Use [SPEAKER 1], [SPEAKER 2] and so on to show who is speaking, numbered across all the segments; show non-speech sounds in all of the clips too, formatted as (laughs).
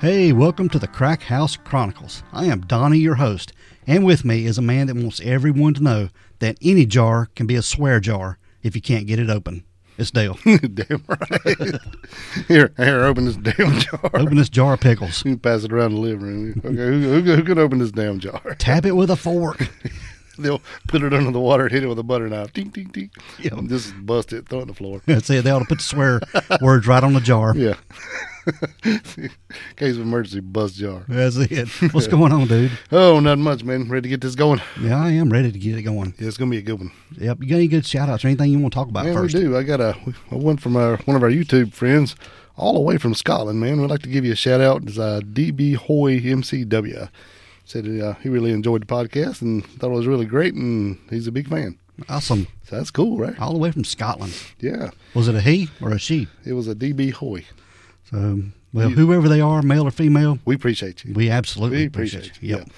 [SPEAKER 1] Hey, welcome to the Crack House Chronicles. I am Donnie, your host, and with me is a man that wants everyone to know that any jar can be a swear jar if you can't get it open. It's
[SPEAKER 2] (laughs)
[SPEAKER 1] Dale.
[SPEAKER 2] damn right. here, here, open this damn jar.
[SPEAKER 1] open this jar of pickles.
[SPEAKER 2] You pass it around the living room. Okay, who, who, who can open this damn jar? (laughs)
[SPEAKER 1] Tap it with a fork. (laughs)
[SPEAKER 2] They'll put it under the water, hit it with a butter knife. Ding, ding, ding.
[SPEAKER 1] Yeah.
[SPEAKER 2] Just bust it, throw it on the floor.
[SPEAKER 1] That's it. They ought to put the
[SPEAKER 2] (laughs)
[SPEAKER 1] swear words right on the jar.
[SPEAKER 2] Yeah. (laughs) Case of emergency, bust jar.
[SPEAKER 1] That's
[SPEAKER 2] (laughs)
[SPEAKER 1] it. What's going on, dude?
[SPEAKER 2] Oh, not much, man. Ready to get this going?
[SPEAKER 1] Yeah, I am ready to get it going.
[SPEAKER 2] Yeah, it's gonna be a good one.
[SPEAKER 1] Yep. You got any good shout outs or anything you want to talk about
[SPEAKER 2] Man,
[SPEAKER 1] first?
[SPEAKER 2] we do. I got a, a one from our one of our YouTube friends, all the way from Scotland. Man, we'd like to give you a shout out. It's uh, DB Hoy MCW. Said uh, he really enjoyed the podcast and thought it was really great, and he's a big fan.
[SPEAKER 1] Awesome.
[SPEAKER 2] So that's cool, right?
[SPEAKER 1] All the way from Scotland.
[SPEAKER 2] Yeah,
[SPEAKER 1] Was it a he or a she?
[SPEAKER 2] it was a DB Hoy.
[SPEAKER 1] So, well, whoever they are, male or female,
[SPEAKER 2] We appreciate you.
[SPEAKER 1] we absolutely
[SPEAKER 2] We
[SPEAKER 1] appreciate,
[SPEAKER 2] appreciate you.
[SPEAKER 1] you. Yep.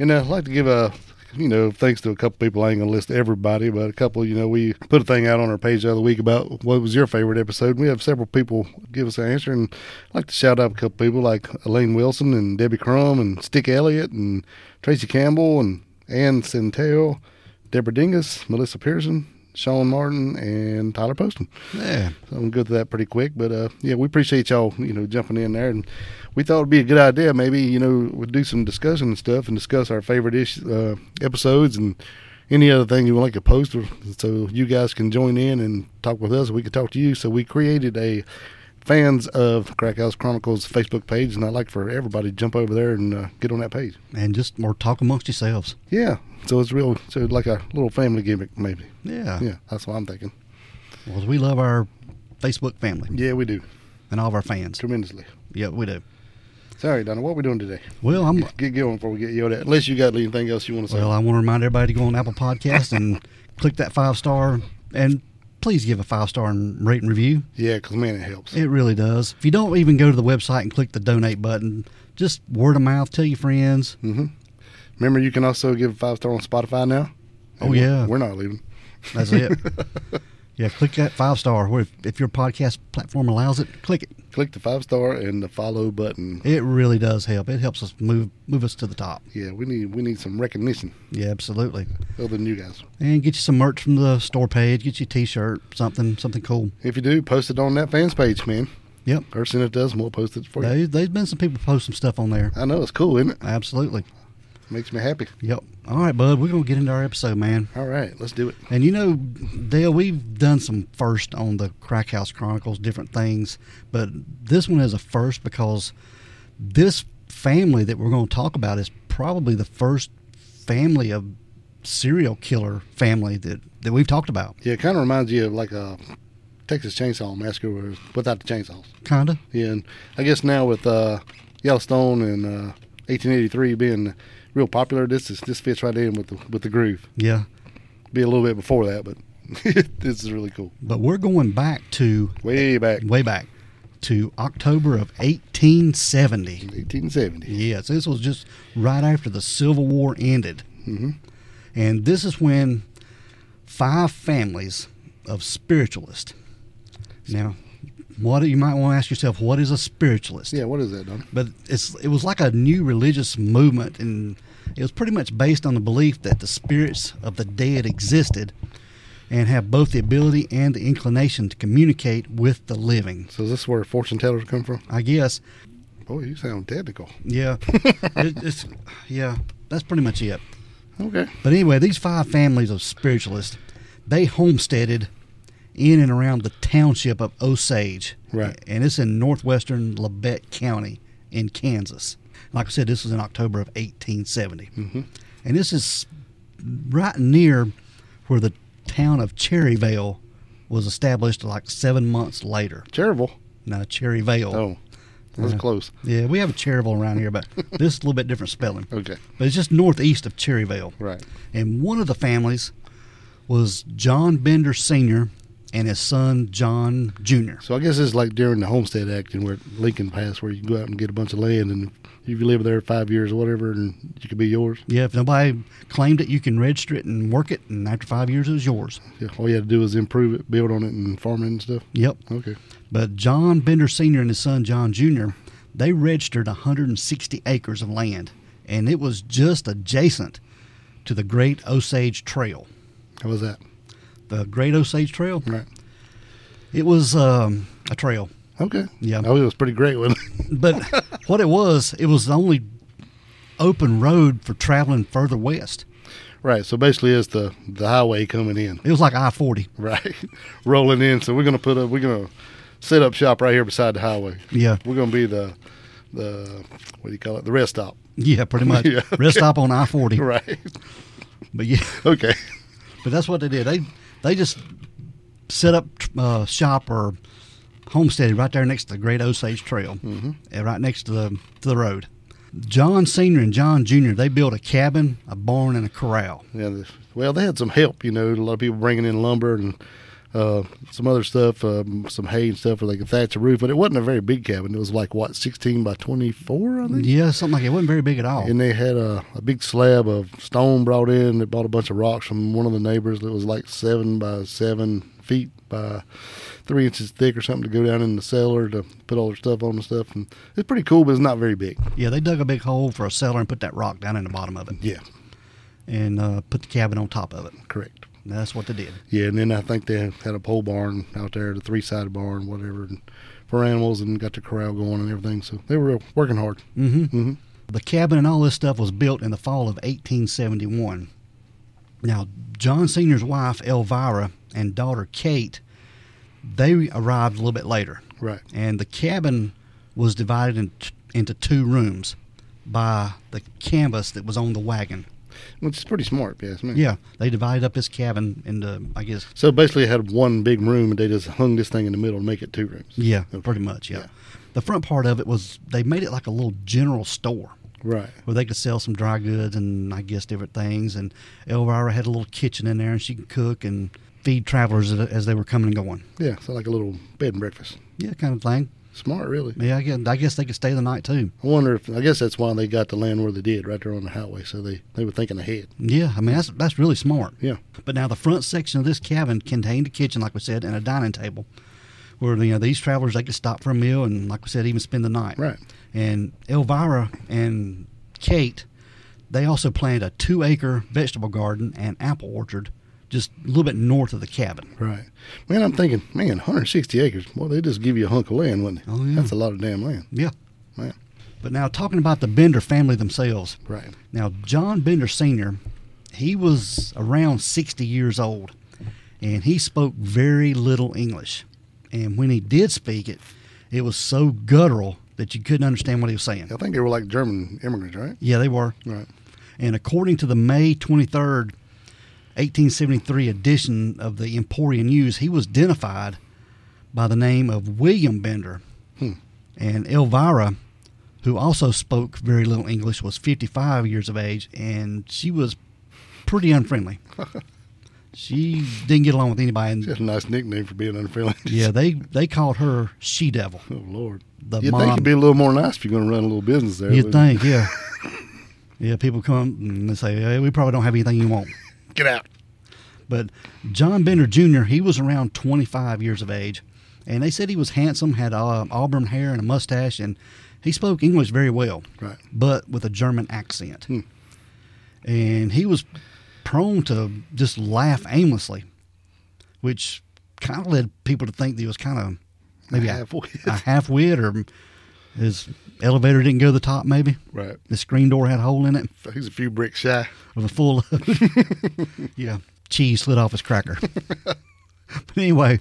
[SPEAKER 2] And uh, I'd like to give a, you know, thanks to a couple people. I ain't going to list everybody, but a couple, you know, we put a thing out on our page the other week about what was your favorite episode. We have several people give us an answer. And I'd like to shout out a couple people like Elaine Wilson and Debbie Crum and Stick Elliott and Tracy Campbell and Ann Centel, Deborah Dingus, Melissa Pearson, Sean Martin, and Tyler Poston.
[SPEAKER 1] Yeah.
[SPEAKER 2] So I'm gonna go through that pretty quick, but uh, yeah, we appreciate y'all, you know, jumping in there, and we thought it'd be a good idea, maybe you know, we'd do some discussion and stuff, and discuss our favorite ish, uh, episodes and any other thing you would like to post, or- so you guys can join in and talk with us. We could talk to you. So we created a fans of Crack House Chronicles Facebook page, and I'd like for everybody to jump over there and uh, get on that page.
[SPEAKER 1] And just more talk amongst yourselves.
[SPEAKER 2] Yeah, so it's real, so like a little family gimmick, maybe.
[SPEAKER 1] Yeah.
[SPEAKER 2] Yeah, that's what I'm thinking.
[SPEAKER 1] Well, we love our Facebook family
[SPEAKER 2] Yeah, we do
[SPEAKER 1] and all of our fans.
[SPEAKER 2] tremendously.
[SPEAKER 1] Yeah, we do.
[SPEAKER 2] Sorry, Donna, what are we doing today?
[SPEAKER 1] Well, I'm.
[SPEAKER 2] Get going before we get yelled at. Unless you got anything else you want to say.
[SPEAKER 1] Well, I want to remind everybody to go on Apple Podcast and (laughs) click that five star, and please give a five star and rate and review.
[SPEAKER 2] yeah, because man, it helps.
[SPEAKER 1] It really does. If you don't even go to the website and click the donate button, just word of mouth, tell your friends.
[SPEAKER 2] Mm-hmm. Remember, you can also give a five star on Spotify now.
[SPEAKER 1] Oh,
[SPEAKER 2] we're-
[SPEAKER 1] yeah.
[SPEAKER 2] we're not leaving.
[SPEAKER 1] That's (laughs) it. yeah, click that five star. Or If, if your podcast platform allows it, click it.
[SPEAKER 2] Click the five star and the follow button.
[SPEAKER 1] It really does help. It helps us move move us to the top.
[SPEAKER 2] Yeah, we need we need some recognition
[SPEAKER 1] Yeah, absolutely.
[SPEAKER 2] other than you guys.
[SPEAKER 1] And get you some merch from the store page. Get you a T-shirt, something, something cool.
[SPEAKER 2] If you do, post it on that fans page, man.
[SPEAKER 1] Yep.
[SPEAKER 2] Or send it to us, and we'll post it for you.
[SPEAKER 1] There, there's been some people post some stuff on there.
[SPEAKER 2] I know it's cool, isn't it?
[SPEAKER 1] Absolutely.
[SPEAKER 2] Makes me happy.
[SPEAKER 1] Yep. All right, bud. We're gonna get into our episode, man.
[SPEAKER 2] All right, let's do it.
[SPEAKER 1] And you know, Dale, we've done some first on the Crack House Chronicles, different things, but this one is a first because this family that we're going to talk about is probably the first family of serial killer family that, that we've talked about.
[SPEAKER 2] Yeah, it kind of reminds you of like a Texas Chainsaw Massacre where- without the chainsaws.
[SPEAKER 1] Kinda.
[SPEAKER 2] Yeah, and I guess now with uh, Yellowstone and uh, 1883 being real popular, this is this fits right in with the with the groove.
[SPEAKER 1] Yeah.
[SPEAKER 2] Be a little bit before that, but (laughs) this is really cool.
[SPEAKER 1] But we're going back to
[SPEAKER 2] Way back
[SPEAKER 1] way back to October of 1870.
[SPEAKER 2] 1870.
[SPEAKER 1] Yes, this was just right after the Civil War ended. Mm-hmm. And this is when five families of spiritualists. Now, what you might want to ask yourself, what is a spiritualist?
[SPEAKER 2] Yeah, what is that, Don?
[SPEAKER 1] But it's it was like a new religious movement, and it was pretty much based on the belief that the spirits of the dead existed and have both the ability and the inclination to communicate with the living.
[SPEAKER 2] So is this where fortune tellers come from?
[SPEAKER 1] I guess
[SPEAKER 2] Boy, you sound technical. (laughs)
[SPEAKER 1] Yeah, it, it's yeah. That's pretty much it.
[SPEAKER 2] Okay.
[SPEAKER 1] But anyway, these five families of spiritualists, they homesteaded in and around the township of Osage,
[SPEAKER 2] Right.
[SPEAKER 1] And it's in northwestern Labette County in Kansas. Like I said, this was in October of 1870,
[SPEAKER 2] Mm-hmm.
[SPEAKER 1] and this is right near where the town of Cherryvale was established, like seven months later.
[SPEAKER 2] Terrible.
[SPEAKER 1] Now Cherryvale.
[SPEAKER 2] Oh, that's close.
[SPEAKER 1] Yeah, we have a Cherryville around here, but this is a little bit different spelling.
[SPEAKER 2] Okay.
[SPEAKER 1] But it's just northeast of Cherryvale.
[SPEAKER 2] Right.
[SPEAKER 1] And one of the families was John Bender Sr. and his son John Jr.
[SPEAKER 2] So I guess it's like during the Homestead Act and where Lincoln passed, where you go out and get a bunch of land, and if you live there five years or whatever, and you could be yours.
[SPEAKER 1] Yeah, if nobody claimed it, you can register it and work it, and after five years, it was yours.
[SPEAKER 2] Yeah, all you had to do was improve it, build on it, and farm it and stuff.
[SPEAKER 1] Yep.
[SPEAKER 2] Okay.
[SPEAKER 1] But John Bender Sr. and his son John Jr., they registered 160 acres of land, and it was just adjacent to the Great Osage Trail.
[SPEAKER 2] How was that?
[SPEAKER 1] The Great Osage Trail.
[SPEAKER 2] Right.
[SPEAKER 1] It was um, a trail,
[SPEAKER 2] Okay.
[SPEAKER 1] Yeah.
[SPEAKER 2] Oh, it was pretty great. Wasn't it? (laughs)
[SPEAKER 1] but what it was, it was the only open road for traveling further west.
[SPEAKER 2] right. So basically, it's the the highway coming in. (laughs)
[SPEAKER 1] It was like I 40.
[SPEAKER 2] Right. Rolling in. So we're gonna put up. We're gonna set up shop right here beside the highway.
[SPEAKER 1] Yeah.
[SPEAKER 2] We're gonna be the the what do you call it? The rest stop. (laughs)
[SPEAKER 1] Yeah, pretty much.
[SPEAKER 2] Yeah, okay.
[SPEAKER 1] Rest stop on I 40.
[SPEAKER 2] Right.
[SPEAKER 1] But yeah,
[SPEAKER 2] Okay.
[SPEAKER 1] but that's what they did. They they just set up uh, shop or homesteaded right there next to the Great Osage Trail,
[SPEAKER 2] Mm-hmm.
[SPEAKER 1] and right next to the to the road. John Senior and John Junior they built a cabin, a barn, and a corral.
[SPEAKER 2] Yeah. the- Well, they had some help. You know, a lot of people bringing in lumber and. Uh, some other stuff, um, some hay and stuff, where they could thatch a roof. But it wasn't a very big cabin. It was like what, sixteen by twenty-four, I think.
[SPEAKER 1] Yeah, something like it. it wasn't very big at all.
[SPEAKER 2] and they had a, a big slab of stone brought in. They bought a bunch of rocks from one of the neighbors that was like seven by seven feet by three inches thick or something to go down in the cellar to put all their stuff on and stuff. And it's pretty cool, but it's not very big.
[SPEAKER 1] Yeah, they dug a big hole for a cellar and put that rock down in the bottom of it,
[SPEAKER 2] Yeah,
[SPEAKER 1] and uh, put the cabin on top of it.
[SPEAKER 2] correct.
[SPEAKER 1] And that's what they did.
[SPEAKER 2] Yeah, and then I think they had a pole barn out there, the three sided barn, whatever, and for animals, and got the corral going and everything. So they were working hard.
[SPEAKER 1] Mm-hmm.
[SPEAKER 2] Mhm.
[SPEAKER 1] The cabin and all this stuff was built in the fall of 1871. Now, John Sr.'s wife, Elvira, and daughter, Kate, they arrived a little bit later.
[SPEAKER 2] Right.
[SPEAKER 1] And the cabin was divided in into two rooms by the canvas that was on the wagon.
[SPEAKER 2] Which is pretty smart, if you ask me.
[SPEAKER 1] Yeah, they divided up this cabin into, I guess,
[SPEAKER 2] So basically, it had one big room, and they just hung this thing in the middle to make it two rooms.
[SPEAKER 1] yeah, pretty much, yeah.
[SPEAKER 2] Yeah.
[SPEAKER 1] The front part of it was, they made it like a little general store.
[SPEAKER 2] Right.
[SPEAKER 1] where they could sell some dry goods and I guess different things. And Elvira had a little kitchen in there, and she could cook and feed travelers as- as they were coming and going.
[SPEAKER 2] Yeah, so like a little bed and breakfast.
[SPEAKER 1] Yeah, kind of thing.
[SPEAKER 2] Smart, really.
[SPEAKER 1] Yeah, I guess, I guess they could stay the night too.
[SPEAKER 2] I wonder if I guess that's why they got the land where they did, right there on the highway. So they they were thinking ahead.
[SPEAKER 1] Yeah, I mean that's that's really smart.
[SPEAKER 2] Yeah,
[SPEAKER 1] But now the front section of this cabin contained a kitchen, like we said, and a dining table, where you know these travelers they could stop for a meal and, like we said, even spend the night.
[SPEAKER 2] right.
[SPEAKER 1] And Elvira and Kate, they also planted a two-acre vegetable garden and apple orchard, just a little bit north of the cabin.
[SPEAKER 2] Right. Man, I'm thinking, man, 160 acres. Well, they just give you a hunk of land, wouldn't they?
[SPEAKER 1] Oh, yeah.
[SPEAKER 2] That's a lot of damn land.
[SPEAKER 1] Yeah.
[SPEAKER 2] Man.
[SPEAKER 1] But now talking about the Bender family themselves.
[SPEAKER 2] Right.
[SPEAKER 1] Now John Bender Sr., he was around 60 years old and he spoke very little English. And when he did speak it, it was so guttural that you couldn't understand what he was saying.
[SPEAKER 2] I think they were like German immigrants, right?
[SPEAKER 1] Yeah, they were.
[SPEAKER 2] Right.
[SPEAKER 1] And according to the May 23rd, 1873 edition of the Emporian News, he was identified by the name of William Bender. And Elvira, who also spoke very little English, was 55 years of age, and she was pretty unfriendly. she didn't get along with anybody. And
[SPEAKER 2] (laughs) Just a nice nickname for being unfriendly.
[SPEAKER 1] (laughs) yeah, they, they called her She Devil.
[SPEAKER 2] Oh Lord.
[SPEAKER 1] The
[SPEAKER 2] You'd
[SPEAKER 1] mom.
[SPEAKER 2] think you'd be a little more nice if you're going to run a little business there.
[SPEAKER 1] You'd
[SPEAKER 2] wouldn't
[SPEAKER 1] think, yeah. (laughs) yeah, people come and they say, hey, we probably don't have anything you want.
[SPEAKER 2] you? Get out.
[SPEAKER 1] But John Bender Jr., he was around 25 years of age, and they said he was handsome, had uh, auburn hair and a mustache, and he spoke English very well,
[SPEAKER 2] Right.
[SPEAKER 1] but with a German accent. And he was prone to just laugh aimlessly, which kind of led people to think that he was kind of maybe a,
[SPEAKER 2] (laughs) Halfway.
[SPEAKER 1] a half-wit or his elevator didn't go to the top, maybe.
[SPEAKER 2] Right.
[SPEAKER 1] The screen door had a hole in it
[SPEAKER 2] He's a few bricks shy.
[SPEAKER 1] of a full load.
[SPEAKER 2] (laughs)
[SPEAKER 1] yeah, cheese slid off his cracker. (laughs) but anyway,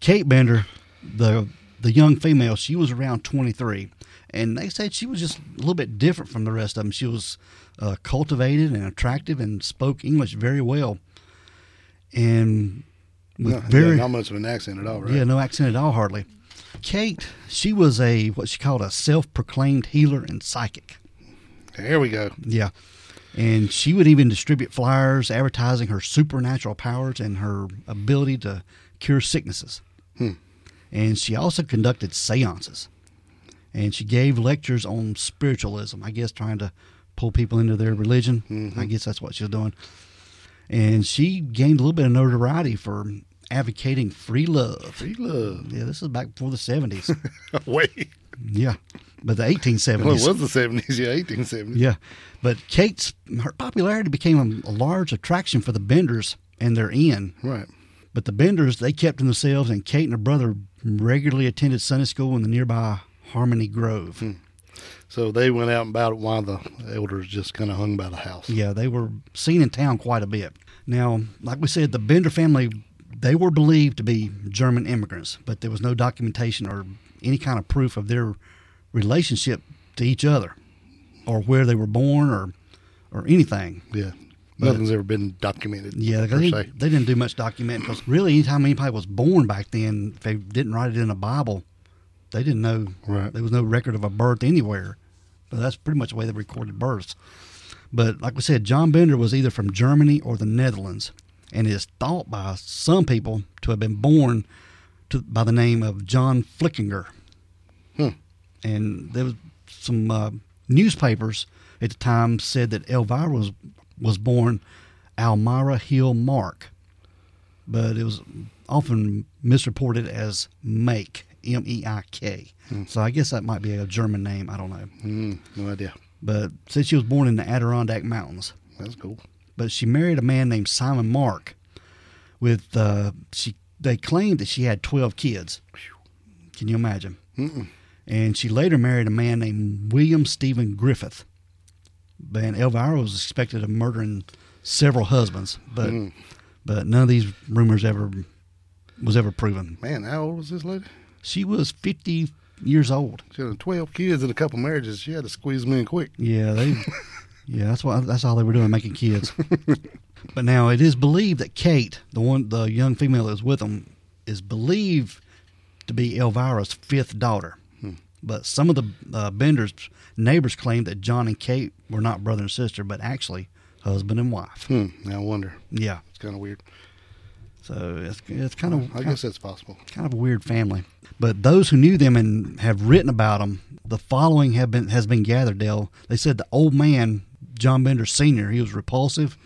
[SPEAKER 1] Kate Bender, the the young female, she was around 23, and they said she was just a little bit different from the rest of them. She was uh, cultivated and attractive, and spoke English very well, and with
[SPEAKER 2] No, yeah,
[SPEAKER 1] very
[SPEAKER 2] not much of an accent at all, right?
[SPEAKER 1] yeah, no accent at all, hardly. Kate, she was a what she called a self-proclaimed healer and psychic.
[SPEAKER 2] There we go.
[SPEAKER 1] Yeah. And she would even distribute flyers advertising her supernatural powers and her ability to cure sicknesses. And she also conducted seances. And she gave lectures on spiritualism, I guess trying to pull people into their religion. I guess that's what she was doing. And she gained a little bit of notoriety for advocating free love.
[SPEAKER 2] Free
[SPEAKER 1] (laughs)
[SPEAKER 2] love.
[SPEAKER 1] Yeah, this is back before the 70s.
[SPEAKER 2] (laughs) Wait.
[SPEAKER 1] Yeah. but the 1870s.
[SPEAKER 2] Well, it was the seventies, yeah, eighteen seventies.
[SPEAKER 1] Yeah, but Kate's her popularity became a, a large attraction for the Benders and their inn.
[SPEAKER 2] Right.
[SPEAKER 1] But the Benders they kept to themselves, and Kate and her brother regularly attended Sunday school in the nearby Harmony Grove.
[SPEAKER 2] So they went out and about it while the elders just kind of hung by the house.
[SPEAKER 1] Yeah, they were seen in town quite a bit. Now, like we said, the Bender family they were believed to be German immigrants, but there was no documentation or any kind of proof of their relationship to each other or where they were born or or anything.
[SPEAKER 2] Yeah. Nothing's ever been documented.
[SPEAKER 1] Yeah,
[SPEAKER 2] per
[SPEAKER 1] they,
[SPEAKER 2] se.
[SPEAKER 1] they didn't do much documenting because really, anytime anybody was born back then, if they didn't write it in the Bible, they didn't know.
[SPEAKER 2] Right.
[SPEAKER 1] There was no record of a birth anywhere. But that's pretty much the way they recorded births. But like we said, John Bender was either from Germany or the Netherlands, and is thought by some people to have been born to, by the name of John Flickinger. And there was some uh, newspapers at the time said that Elvira was was born Almira Hill Mark, but it was often misreported as Make M E I K. So I guess that might be a German name. I don't know.
[SPEAKER 2] Mm, no idea.
[SPEAKER 1] But since she was born in the Adirondack Mountains,
[SPEAKER 2] That's cool.
[SPEAKER 1] but she married a man named Simon Mark. With uh, she, they claimed that she had twelve kids. Can you imagine?
[SPEAKER 2] Mm-mm.
[SPEAKER 1] And she later married a man named William Stephen Griffith. And Elvira was suspected of murdering several husbands, but but none of these rumors ever was ever proven.
[SPEAKER 2] Man, how old was this lady?
[SPEAKER 1] She was fifty years old.
[SPEAKER 2] She had 12 kids and a couple marriages. She had to squeeze them in quick.
[SPEAKER 1] Yeah, (laughs) they. yeah, that's what that's all they were doing, making (laughs) kids. but now it is believed that Kate, the one, the young female that was with them, is believed to be Elvira's fifth daughter. But some of the uh, Bender's neighbors claim that John and Kate were not brother and sister, but actually husband and wife.
[SPEAKER 2] Hmm. I wonder.
[SPEAKER 1] Yeah,
[SPEAKER 2] It's kind of weird.
[SPEAKER 1] so it's it's kind of
[SPEAKER 2] I guess that's possible.
[SPEAKER 1] kind of a weird family. But those who knew them and have written about them, the following have been has been gathered. Dale, they said the old man John Bender Senior, he was repulsive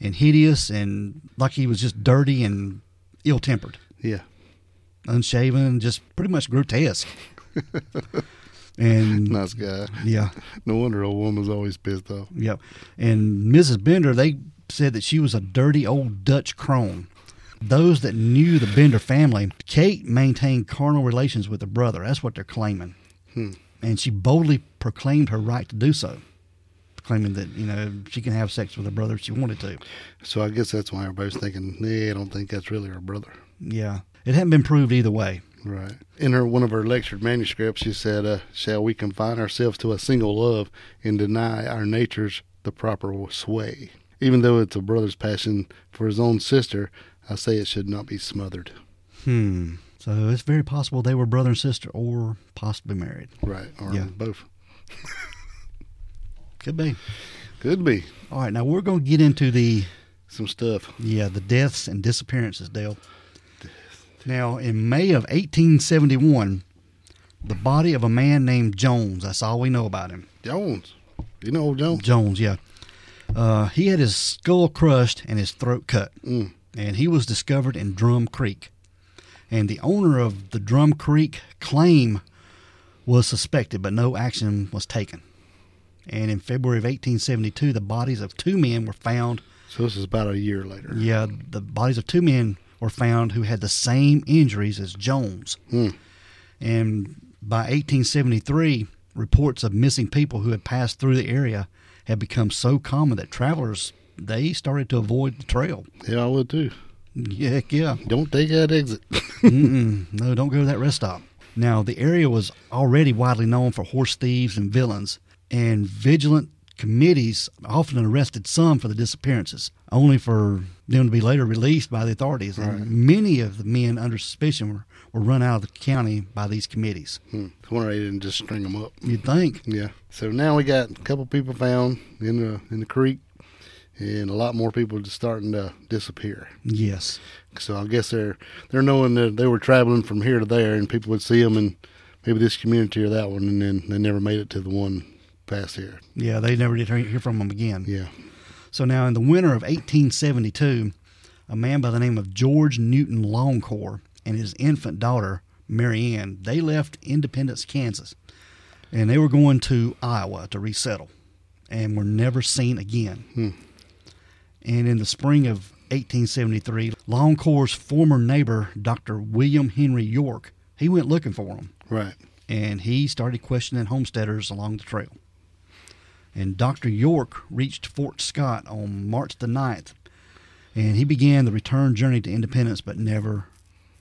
[SPEAKER 1] and hideous, and like he was just dirty and ill tempered,
[SPEAKER 2] Yeah.
[SPEAKER 1] unshaven, just pretty much grotesque. and
[SPEAKER 2] Nice guy.
[SPEAKER 1] yeah,
[SPEAKER 2] No wonder old woman's always pissed off.
[SPEAKER 1] Yep. And Mrs. Bender, they said that she was a dirty old Dutch crone. Those that knew the Bender family, Kate maintained carnal relations with her brother. That's what they're claiming. And she boldly proclaimed her right to do so, claiming that, you know, she can have sex with her brother if she wanted to.
[SPEAKER 2] So I guess that's why everybody's thinking, yeah, I don't think that's really her brother.
[SPEAKER 1] Yeah. It hadn't been proved either way.
[SPEAKER 2] Right. In her one of her lectured manuscripts, she said, uh, "Shall we confine ourselves to a single love and deny our natures the proper sway? Even though it's a brother's passion for his own sister, I say it should not be smothered."
[SPEAKER 1] Hmm. So it's very possible they were brother and sister or possibly married.
[SPEAKER 2] Right. Or
[SPEAKER 1] Yeah.
[SPEAKER 2] both.
[SPEAKER 1] Could be.
[SPEAKER 2] Could be
[SPEAKER 1] All right. Now we're going to get into the
[SPEAKER 2] some stuff.
[SPEAKER 1] Yeah, the deaths and disappearances, Dale. Now, in May of 1871, the body of a man named Jones, that's all we know about him.
[SPEAKER 2] Jones, you know old Jones.
[SPEAKER 1] Jones, yeah. Uh, he had his skull crushed and his throat cut,
[SPEAKER 2] Mm.
[SPEAKER 1] and he was discovered in Drum Creek. And the owner of the Drum Creek claim was suspected, but no action was taken. And in February of 1872, the bodies of two men were found
[SPEAKER 2] Mm-hmm. So this is about a year later.
[SPEAKER 1] yeah, the bodies of two men were found who had the same injuries as Jones. And by 1873, reports of missing people who had passed through the area had become so common that travelers they started to avoid the trail. (laughs)
[SPEAKER 2] Yeah, I would too.
[SPEAKER 1] Heck yeah.
[SPEAKER 2] Don't take that exit.
[SPEAKER 1] Mm-mm. No, don't go to that rest stop. Now, the area was already widely known for horse thieves and villains, and vigilant committees often arrested some for the disappearances, only for them to be later released by the authorities. And many of the men under suspicion were, were run out of the county by these committees.
[SPEAKER 2] hmm. I wonder they didn't just string them up.
[SPEAKER 1] You'd think.
[SPEAKER 2] Yeah. So now we got a couple people found in the in the creek, and a lot more people just starting to disappear.
[SPEAKER 1] Yes.
[SPEAKER 2] So I guess they're they're knowing that they were traveling from here to there, and people would see them, and maybe this community or that one, and then they never made it to the one past here.
[SPEAKER 1] Yeah, they never did hear hear from them again.
[SPEAKER 2] Yeah.
[SPEAKER 1] So now, in the winter of 1872, a man by the name of George Newton Longcore and his infant daughter, Mary Ann, they left Independence, Kansas. and they were going to Iowa to resettle, and were never seen again. And in the spring of 1873, Longcore's former neighbor, Dr. William Henry York, he went looking for them
[SPEAKER 2] Right.
[SPEAKER 1] and he started questioning homesteaders along the trail. And Dr. York reached Fort Scott on March the 9th, and he began the return journey to Independence but never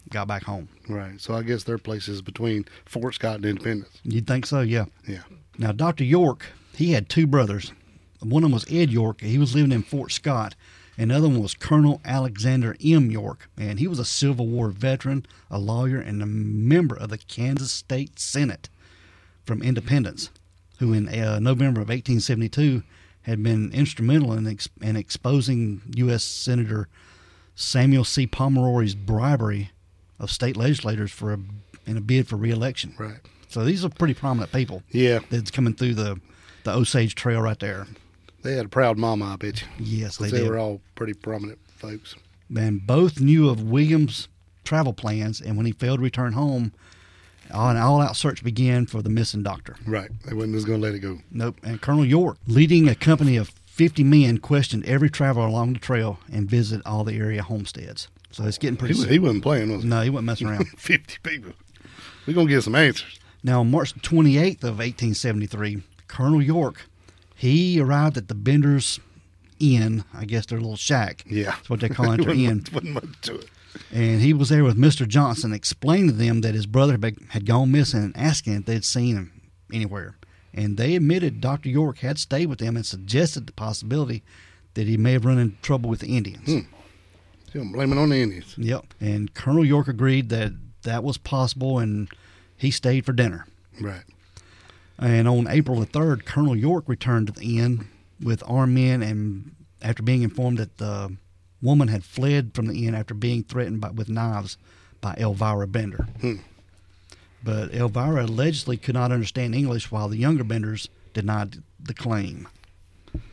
[SPEAKER 1] got back home.
[SPEAKER 2] Right. So I guess their place is between Fort Scott and Independence.
[SPEAKER 1] You'd think so, yeah.
[SPEAKER 2] Yeah.
[SPEAKER 1] Now, Dr. York, he had two brothers. One of them was Ed York, and he was living in Fort Scott. And the other one was Colonel Alexander M. York, and he was a Civil War veteran, a lawyer, and a member of the Kansas State Senate from Independence, who in uh, November of 1872 had been instrumental in, ex- in exposing U.S. Senator Samuel C. Pomeroy's bribery of state legislators for a, in a bid for reelection.
[SPEAKER 2] Right.
[SPEAKER 1] So these are pretty prominent people
[SPEAKER 2] Yeah.
[SPEAKER 1] that's coming through the the Osage Trail right there.
[SPEAKER 2] They had a proud mama, I bet you.
[SPEAKER 1] Yes, they,
[SPEAKER 2] They,
[SPEAKER 1] did.
[SPEAKER 2] were all pretty prominent folks.
[SPEAKER 1] and both knew of Williams' travel plans, and when he failed to return home, an all-out search began for the missing doctor.
[SPEAKER 2] Right. They wasn't just going to let it go.
[SPEAKER 1] Nope. And Colonel York, leading a company of 50 men, questioned every traveler along the trail and visited all the area homesteads. So it's getting
[SPEAKER 2] He,
[SPEAKER 1] pretty.
[SPEAKER 2] was,
[SPEAKER 1] se-
[SPEAKER 2] he wasn't playing, (laughs) was he?
[SPEAKER 1] no, he wasn't messing around.
[SPEAKER 2] 50 people. We're going to get some answers. (laughs)
[SPEAKER 1] Now, on March 28th of 1873, Colonel York, he arrived at the Bender's Inn, I guess their little shack.
[SPEAKER 2] Yeah.
[SPEAKER 1] That's what they call it, their
[SPEAKER 2] wasn't,
[SPEAKER 1] inn.
[SPEAKER 2] much- wasn't much to it.
[SPEAKER 1] And he was there with Mr. Johnson, explaining to them that his brother had been- had gone missing and asking if they'd seen him anywhere. And they admitted Dr. York had stayed with them and suggested the possibility that he may have run into trouble with the Indians.
[SPEAKER 2] See, I'm blaming on the Indians.
[SPEAKER 1] Yep. And Colonel York agreed that that was possible and he stayed for dinner.
[SPEAKER 2] Right.
[SPEAKER 1] And on April the 3rd, Colonel York returned to the inn with armed men and after being informed that the woman had fled from the inn after being threatened by, with knives by Elvira Bender. But Elvira allegedly could not understand English while the younger Benders denied the claim.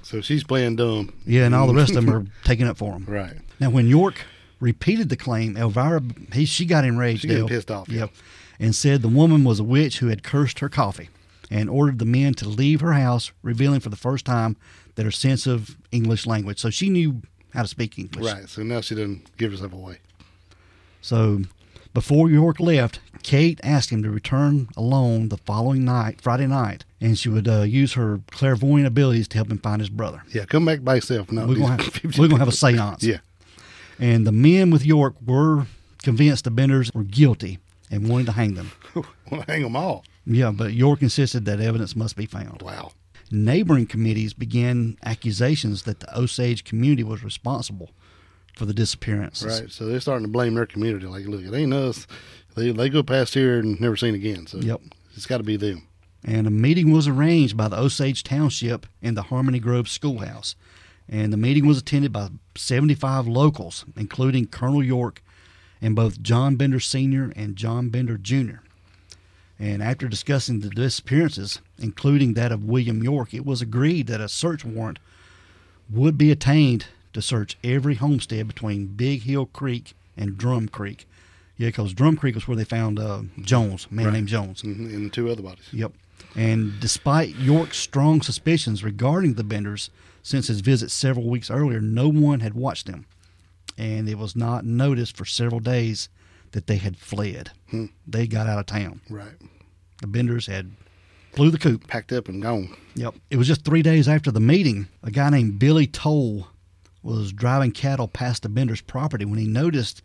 [SPEAKER 2] So she's playing dumb.
[SPEAKER 1] Yeah, and all the rest of them are taking up for him.
[SPEAKER 2] Right.
[SPEAKER 1] Now, when York repeated the claim, Elvira, he, she got enraged.
[SPEAKER 2] She got
[SPEAKER 1] Dale.
[SPEAKER 2] pissed off, yeah.
[SPEAKER 1] Yep. And said the woman was a witch who had cursed her coffee and ordered the men to leave her house, revealing for the first time that her sense of English language. So she knew how to speak English.
[SPEAKER 2] Right. So now she doesn't give herself away.
[SPEAKER 1] So before York left, Kate asked him to return alone the following night, Friday night, and she would uh, use her clairvoyant abilities to help him find his brother.
[SPEAKER 2] Yeah. Come back by yourself. No,
[SPEAKER 1] We're
[SPEAKER 2] these
[SPEAKER 1] gonna
[SPEAKER 2] (laughs)
[SPEAKER 1] have,
[SPEAKER 2] 50
[SPEAKER 1] we're gonna have a seance.
[SPEAKER 2] Oh, (laughs) Yeah.
[SPEAKER 1] And the men with York were convinced the Benders were guilty and wanted to hang them.
[SPEAKER 2] want to hang them all.
[SPEAKER 1] Yeah, but York insisted that evidence must be found.
[SPEAKER 2] Wow.
[SPEAKER 1] Neighboring committees began accusations that the Osage community was responsible for the disappearances.
[SPEAKER 2] Right. So they're starting to blame their community. Like, look, it ain't us. They they go past here and never seen again. So
[SPEAKER 1] Yep.
[SPEAKER 2] it's got to be them.
[SPEAKER 1] And a meeting was arranged by the Osage Township and the Harmony Grove Schoolhouse. And the meeting was attended by 75 locals, including Colonel York and both John Bender Sr. and John Bender Jr. And after discussing the disappearances, including that of William York, it was agreed that a search warrant would be attained to search every homestead between Big Hill Creek and Drum Creek. Yeah, because Drum Creek was where they found uh, Jones, a man named Jones.
[SPEAKER 2] Mhm, And two other bodies.
[SPEAKER 1] Yep. And despite York's strong suspicions regarding the Benders since his visit several weeks earlier, no one had watched them. And it was not noticed for several days that they had fled. They got out of town.
[SPEAKER 2] Right.
[SPEAKER 1] The Benders had flew the coop.
[SPEAKER 2] Packed up and gone.
[SPEAKER 1] Yep. It was just three days after the meeting. A guy named Billy Toll was driving cattle past the Benders' property when he noticed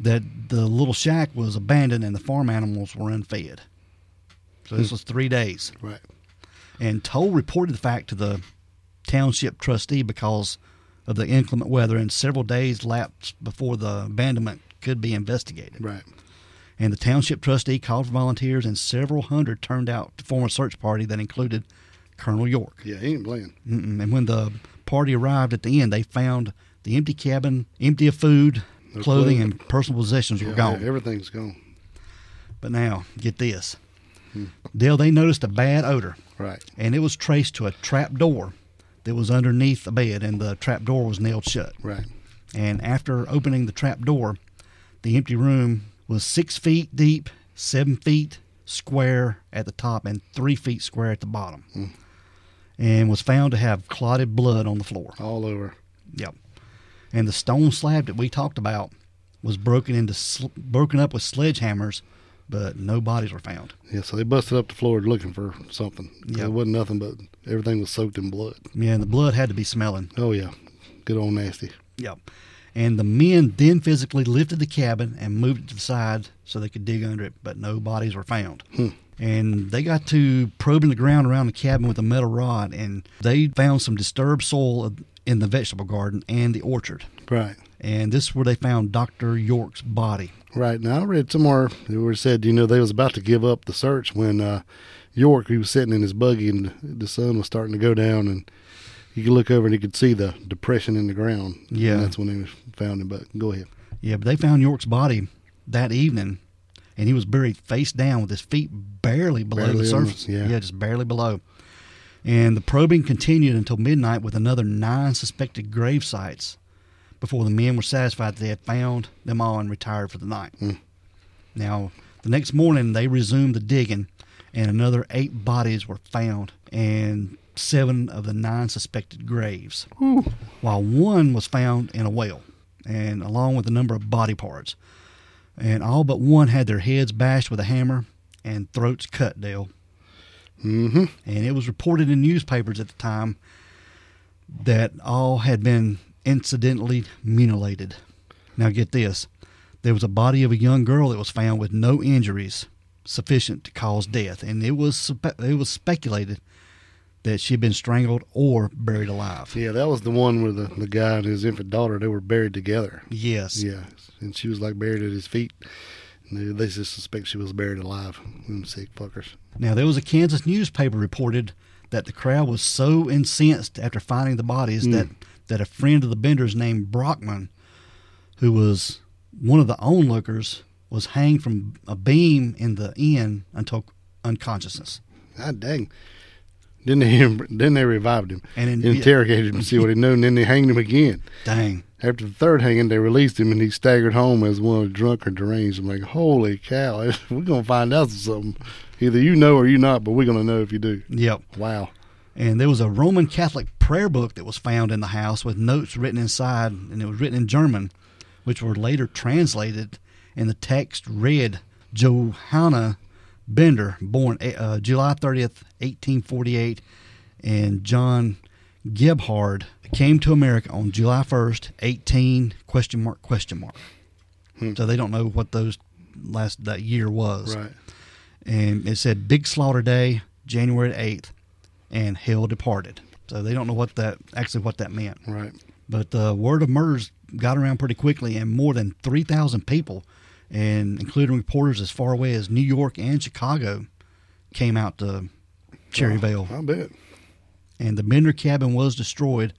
[SPEAKER 1] that the little shack was abandoned and the farm animals were unfed. So this was three days.
[SPEAKER 2] Right.
[SPEAKER 1] And Toll reported the fact to the township trustee because of the inclement weather, and several days lapsed before the abandonment could be investigated.
[SPEAKER 2] Right.
[SPEAKER 1] And the township trustee called for volunteers, and several hundred turned out to form a search party that included Colonel York.
[SPEAKER 2] Yeah. He ain't playing.
[SPEAKER 1] Mm-mm. And when the party arrived at the end, they found the empty cabin, empty of food,
[SPEAKER 2] No
[SPEAKER 1] clothing,
[SPEAKER 2] clothing.
[SPEAKER 1] and personal possessions were
[SPEAKER 2] Yeah,
[SPEAKER 1] gone.
[SPEAKER 2] Everything's gone.
[SPEAKER 1] But now, get this.
[SPEAKER 2] Hmm.
[SPEAKER 1] Dale, they noticed a bad odor.
[SPEAKER 2] Right.
[SPEAKER 1] and it was traced to a trap door that was underneath the bed, and the trap door was nailed shut.
[SPEAKER 2] Right.
[SPEAKER 1] And after opening the trap door, the empty room was six feet deep, seven feet, square at the top and three feet square at the bottom, and was found to have clotted blood on the floor.
[SPEAKER 2] all over.
[SPEAKER 1] Yep. And the stone slab that we talked about was broken into sl- broken up with sledgehammers, but no bodies were found.
[SPEAKER 2] Yeah, so they busted up the floor looking for something.
[SPEAKER 1] Yeah.
[SPEAKER 2] It wasn't nothing, but everything was soaked in blood.
[SPEAKER 1] Yeah, and the blood had to be smelling.
[SPEAKER 2] Oh, yeah. Good old nasty.
[SPEAKER 1] Yep. And the men then physically lifted the cabin and moved it to the side so they could dig under it, but no bodies were found. And they got to probing the ground around the cabin with a metal rod, and they found some disturbed soil in the vegetable garden and the orchard.
[SPEAKER 2] Right.
[SPEAKER 1] And this is where they found Dr. York's body.
[SPEAKER 2] Right. Now, I read somewhere it was said, you know, they was about to give up the search when uh, York, he was sitting in his buggy and the sun was starting to go down and you could look over and you could see the depression in the ground.
[SPEAKER 1] Yeah.
[SPEAKER 2] And that's when they was found him. But go ahead.
[SPEAKER 1] Yeah, but they found York's body that evening, and he was buried face down with his feet barely below the
[SPEAKER 2] Barely on the-
[SPEAKER 1] surface.
[SPEAKER 2] yeah.
[SPEAKER 1] just barely below. And the probing continued until midnight with another nine suspected grave sites before the men were satisfied that they had found them all and retired for the night.
[SPEAKER 2] Hmm.
[SPEAKER 1] Now, the next morning, they resumed the digging, and another eight bodies were found, and seven of the nine suspected graves while one was found in a well, and along with a number of body parts. And all but one had their heads bashed with a hammer and throats cut, Dale.
[SPEAKER 2] Mm-hmm.
[SPEAKER 1] And it was reported in newspapers at the time that all had been incidentally mutilated. Now, get this there was a body of a young girl that was found with no injuries sufficient to cause death, and it was, spe- it was speculated that she had been strangled or buried alive.
[SPEAKER 2] Yeah, that was the one where the, the guy and his infant daughter, they were buried together.
[SPEAKER 1] Yes.
[SPEAKER 2] Yeah, and she was like buried at his feet. And they they just suspect she was buried alive. Them sick fuckers.
[SPEAKER 1] Now, there was a Kansas newspaper reported that the crowd was so incensed after finding the bodies that, that a friend of the Benders named Brockman, who was one of the onlookers, was hanged from a beam in the inn until unconsciousness.
[SPEAKER 2] God Ah, dang. Then they (laughs) then they revived him,
[SPEAKER 1] And in-
[SPEAKER 2] interrogated him, to see what he knew, and then they hanged him again.
[SPEAKER 1] Dang.
[SPEAKER 2] After the third hanging, they released him, and he staggered home as one of the drunk or deranged. I'm like, holy cow, (laughs) we're gonna find out something. Either you know or you not, but we're gonna know if you do.
[SPEAKER 1] Yep.
[SPEAKER 2] Wow.
[SPEAKER 1] And there was a Roman Catholic prayer book that was found in the house with notes written inside, and it was written in German, which were later translated, and the text read Johanna Bender, born uh, July 30th, 1848, and John Gebhard came to America on July 1st, 18 question mark question mark. So they don't know what those last that year was
[SPEAKER 2] Right.
[SPEAKER 1] and it said Big Slaughter Day, January eighth, and Hell Departed. So they don't know what that actually what that meant.
[SPEAKER 2] Right.
[SPEAKER 1] But the word of murders got around pretty quickly, and more than three thousand people, and including reporters as far away as New York and Chicago, came out to Cherry Vale.
[SPEAKER 2] I bet.
[SPEAKER 1] And the Bender cabin was destroyed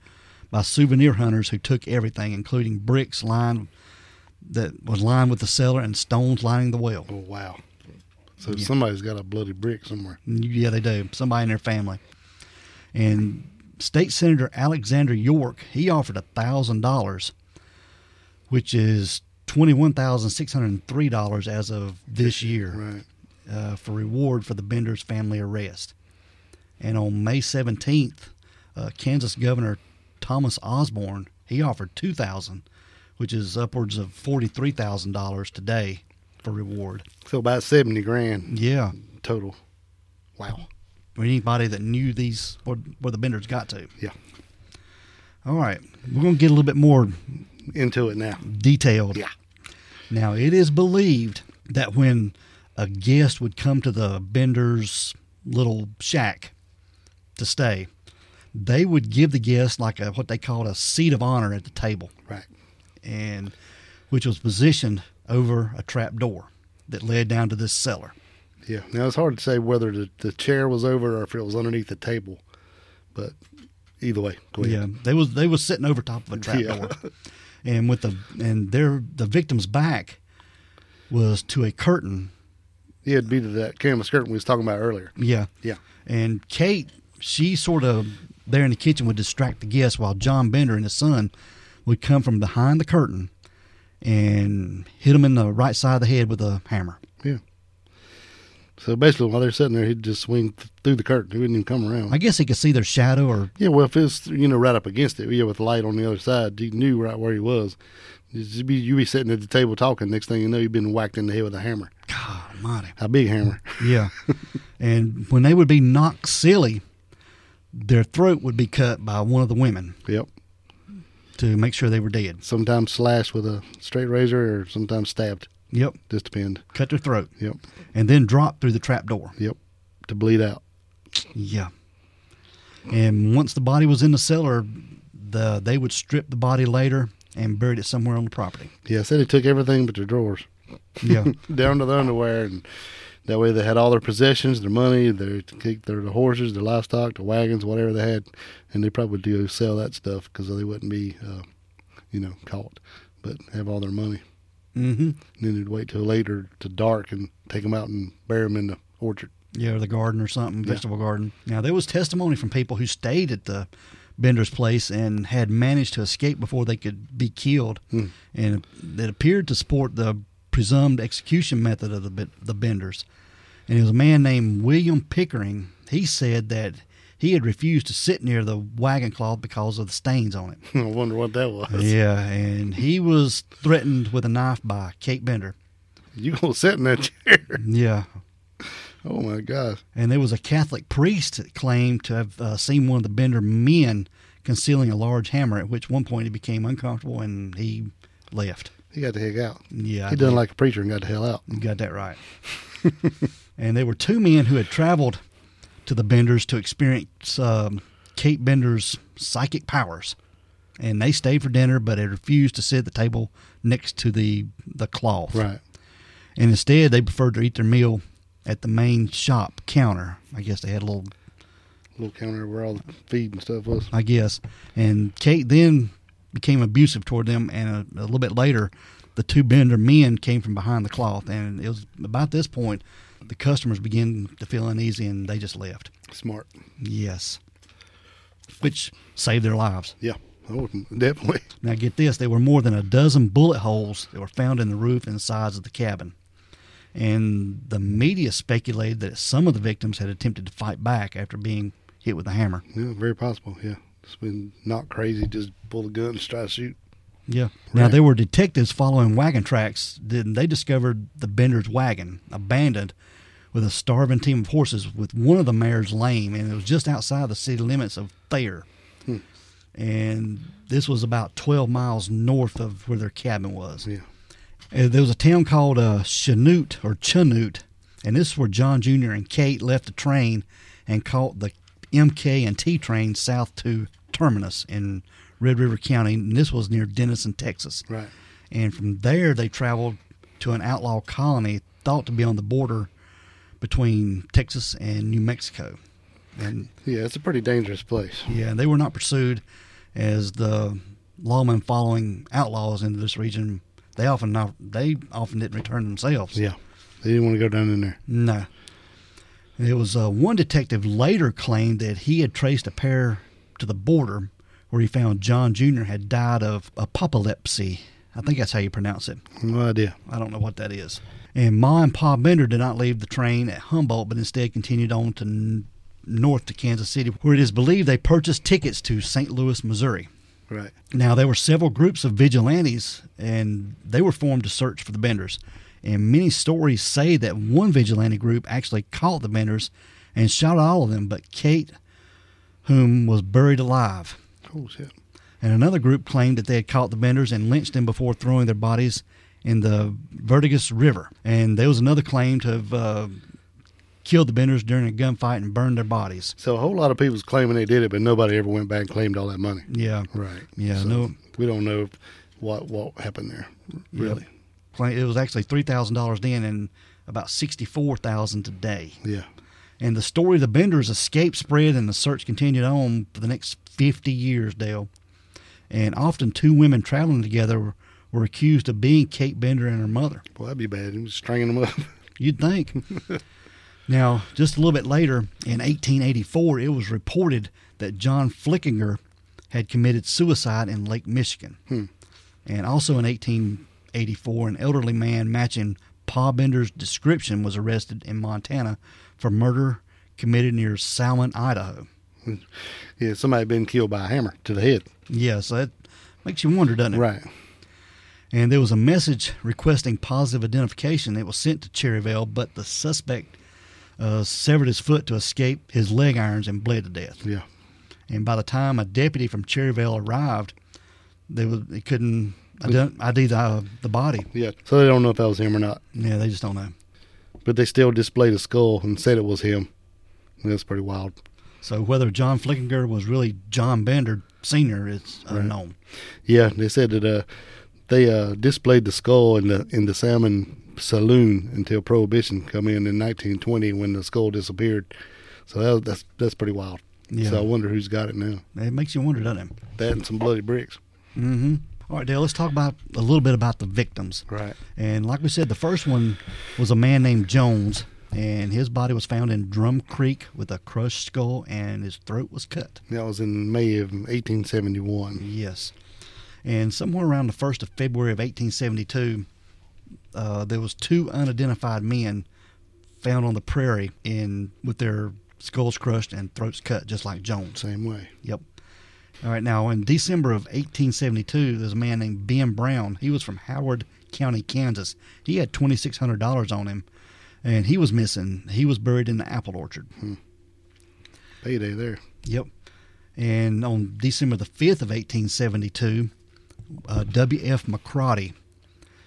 [SPEAKER 1] by souvenir hunters who took everything, including bricks lined that was lined with the cellar and stones lining the well.
[SPEAKER 2] Oh wow. So somebody's got a bloody brick somewhere.
[SPEAKER 1] Yeah, they do. Somebody in their family. And State Senator Alexander York, he offered a thousand dollars, which is twenty one thousand six hundred and three dollars as of this year
[SPEAKER 2] Right.
[SPEAKER 1] uh, for reward for the Bender's family arrest. And on May 17th, uh, Kansas Governor Thomas Osborne he offered 2,000, which is upwards of forty-three thousand dollars today for reward.
[SPEAKER 2] So about seventy grand
[SPEAKER 1] Yeah,
[SPEAKER 2] total. Wow.
[SPEAKER 1] or anybody that knew these where, where the benders got to.
[SPEAKER 2] Yeah.
[SPEAKER 1] All right, we're going to get a little bit more
[SPEAKER 2] Into it now.
[SPEAKER 1] detailed.
[SPEAKER 2] Yeah.
[SPEAKER 1] Now, it is believed that when a guest would come to the bender's little shack to stay, they would give the guest like a what they called a seat of honor at the table,
[SPEAKER 2] Right.
[SPEAKER 1] and which was positioned over a trap door that led down to this cellar.
[SPEAKER 2] Yeah. Now it's hard to say whether the, the chair was over or if it was underneath the table, but either way, go ahead.
[SPEAKER 1] Yeah, they was they was sitting over top of a
[SPEAKER 2] (laughs)
[SPEAKER 1] trap
[SPEAKER 2] Yeah.
[SPEAKER 1] door, and with the and their the victim's back was to a curtain.
[SPEAKER 2] Yeah, it'd be to that canvas curtain we was talking about earlier.
[SPEAKER 1] Yeah,
[SPEAKER 2] Yeah.
[SPEAKER 1] and Kate she sort of there in the kitchen would distract the guests while John Bender and his son would come from behind the curtain and hit him in the right side of the head with a hammer.
[SPEAKER 2] Yeah. So basically, while they're sitting there, he'd just swing th- through the curtain. He wouldn't even come around.
[SPEAKER 1] I guess he could see their shadow or
[SPEAKER 2] yeah, well, if it's you know right up against it, yeah, with the light on the other side, you knew right where he was. You'd be, you'd be sitting at the table talking. Next thing you know, you've been whacked in the head with a hammer.
[SPEAKER 1] God almighty.
[SPEAKER 2] A big hammer. (laughs)
[SPEAKER 1] Yeah. and when they would be knocked silly, their throat would be cut by one of the women
[SPEAKER 2] Yep.
[SPEAKER 1] to make sure they were dead.
[SPEAKER 2] Sometimes slashed with a straight razor, or sometimes stabbed.
[SPEAKER 1] Yep.
[SPEAKER 2] Just depend.
[SPEAKER 1] Cut their throat
[SPEAKER 2] Yep.
[SPEAKER 1] and then drop through the trap door.
[SPEAKER 2] Yep. To bleed out.
[SPEAKER 1] Yeah. And once the body was in the cellar, the they would strip the body later and buried it somewhere on the property.
[SPEAKER 2] Yeah, I said he took everything but their drawers, (laughs)
[SPEAKER 1] Yeah.
[SPEAKER 2] down to their underwear, and that way they had all their possessions, their money, their their horses, their livestock, their wagons, whatever they had, and they probably do sell that stuff because they wouldn't be, uh, you know, caught, but have all their money.
[SPEAKER 1] mm-hmm.
[SPEAKER 2] And then they'd wait till later to dark and take them out and bury them in the orchard. (laughs)
[SPEAKER 1] Yeah, or the garden or something, vegetable garden. Now there was testimony from people who stayed at the Bender's place and had managed to escape before they could be killed, and it appeared to support the presumed execution method of the Ben- the Benders. And it was a man named William Pickering. He said that he had refused to sit near the wagon cloth because of the stains on it.
[SPEAKER 2] I wonder what that was.
[SPEAKER 1] Yeah, and he was threatened with a knife by Kate Bender.
[SPEAKER 2] You gonna sit in that (laughs) chair?
[SPEAKER 1] Yeah,
[SPEAKER 2] Oh my gosh!
[SPEAKER 1] and there was a Catholic priest that claimed to have uh, seen one of the Bender men concealing a large hammer. At which one point he became uncomfortable and he left.
[SPEAKER 2] He got the heck out.
[SPEAKER 1] Yeah,
[SPEAKER 2] He done like a preacher and got the hell out.
[SPEAKER 1] you got that right. (laughs) and there were two men who had traveled to the Benders to experience um, Kate Bender's psychic powers, and they stayed for dinner, but they refused to sit at the table next to the the cloth.
[SPEAKER 2] Right.
[SPEAKER 1] And instead, they preferred to eat their meal at the main shop counter. I guess they had a little
[SPEAKER 2] Little counter where all the feed and stuff was.
[SPEAKER 1] I guess. And Kate then became abusive toward them, and uh, a, a little bit later, the two Bender men came from behind the cloth, and it was about this point the customers began to feel uneasy, and they just left.
[SPEAKER 2] Smart.
[SPEAKER 1] Yes, which saved their lives.
[SPEAKER 2] Yeah. Oh, definitely.
[SPEAKER 1] Now, get this: there were more than a dozen bullet holes that were found in the roof and sides of the cabin. And the media speculated that some of the victims had attempted to fight back after being hit with a hammer.
[SPEAKER 2] Yeah, very possible. Yeah. It's been not crazy. Just pull the gun and try to shoot.
[SPEAKER 1] Yeah. Now
[SPEAKER 2] Right.
[SPEAKER 1] there were detectives following wagon tracks. Then they discovered the Bender's wagon abandoned, with a starving team of horses, with one of the mares lame, and it was just outside the city limits of Thayer. And this was about twelve miles north of where their cabin was.
[SPEAKER 2] Yeah.
[SPEAKER 1] And there was a town called uh, Chanute or Chanute, and this is where John Jr. and Kate left the train and caught the MK and T train south to Terminus in Red River County, and this was near Denison, Texas.
[SPEAKER 2] Right.
[SPEAKER 1] And from there, they traveled to an outlaw colony thought to be on the border between Texas and New Mexico. And
[SPEAKER 2] Yeah, it's a pretty dangerous place.
[SPEAKER 1] yeah, they were not pursued as the lawmen following outlaws into this region. They often not, they often didn't return themselves.
[SPEAKER 2] Yeah. They didn't want to go down in there.
[SPEAKER 1] No. It was uh, one detective later claimed that he had traced a pair to the border where he found John Jr. had died of apoplexy. I think that's how you pronounce it.
[SPEAKER 2] No idea.
[SPEAKER 1] I don't know what that is. And Ma and Pa Bender did not leave the train at Humboldt, but instead continued on to n- north to Kansas City, where it is believed they purchased tickets to St. Louis, Missouri.
[SPEAKER 2] Right.
[SPEAKER 1] Now, there were several groups of vigilantes, and they were formed to search for the Benders. And many stories say that one vigilante group actually caught the Benders and shot all of them, but Kate, whom was buried alive.
[SPEAKER 2] Oh, shit.
[SPEAKER 1] And another group claimed that they had caught the Benders and lynched them before throwing their bodies in the Vertigus River. And there was another claim to have uh, killed the Benders during a gunfight and burned their bodies.
[SPEAKER 2] So a whole lot of people was claiming they did it, but nobody ever went back and claimed all that money.
[SPEAKER 1] Yeah.
[SPEAKER 2] Right.
[SPEAKER 1] Yeah,
[SPEAKER 2] So
[SPEAKER 1] no.
[SPEAKER 2] We don't know if- what what happened there. Really.
[SPEAKER 1] Claim- It was actually $3,000 then and about 64000 today.
[SPEAKER 2] Yeah.
[SPEAKER 1] And the story of the Benders escaped spread and the search continued on for the next 50 years, Dale. And often two women traveling together were, were accused of being Kate Bender and her mother.
[SPEAKER 2] Well, that'd be bad. He was stringing them up. (laughs)
[SPEAKER 1] You'd think. now, just a little bit later, in 1884, it was reported that John Flickinger had committed suicide in Lake Michigan. And also in 1884, an elderly man matching Pa Bender's description was arrested in Montana for murder committed near Salmon, Idaho.
[SPEAKER 2] Yeah, somebody been killed by a hammer to the head.
[SPEAKER 1] Yeah, so that makes you wonder, doesn't it?
[SPEAKER 2] Right.
[SPEAKER 1] And there was a message requesting positive identification that was sent to Cherryvale, but the suspect uh, severed his foot to escape his leg irons and bled to death.
[SPEAKER 2] Yeah.
[SPEAKER 1] And by the time a deputy from Cherryvale arrived, they, was, they couldn't ident- ID the, uh, the body.
[SPEAKER 2] Yeah. So they don't know if that was him or not,
[SPEAKER 1] Yeah, they just don't know.
[SPEAKER 2] but they still displayed a skull and said it was him. That's pretty wild.
[SPEAKER 1] So whether John Flickinger was really John Bender Sr. is unknown.
[SPEAKER 2] Yeah, they said that uh, they uh, displayed the skull in the in the salmon saloon until prohibition come in in 1920 when the skull disappeared. So that, that's that's pretty wild.
[SPEAKER 1] Yeah.
[SPEAKER 2] So I wonder who's got it now.
[SPEAKER 1] It makes you wonder, doesn't it?
[SPEAKER 2] That and some bloody bricks.
[SPEAKER 1] Mm-hmm. All right, Dale, let's talk about a little bit about the victims.
[SPEAKER 2] Right.
[SPEAKER 1] And like we said, the first one was a man named Jones, and his body was found in Drum Creek with a crushed skull and his throat was cut.
[SPEAKER 2] That was in May of 1871.
[SPEAKER 1] Yes. And somewhere around the 1st of February of 1872, uh, there was two unidentified men found on the prairie in with their skulls crushed and throats cut, just like Jones.
[SPEAKER 2] Same way.
[SPEAKER 1] Yep. All right. Now, in December of 1872, there's a man named Ben Brown. He was from Howard County, Kansas. He had $2,600 on him, and he was missing. He was buried in the apple orchard.
[SPEAKER 2] Payday there.
[SPEAKER 1] Yep. And on December the 5th of 1872, uh, W.F. McCrady,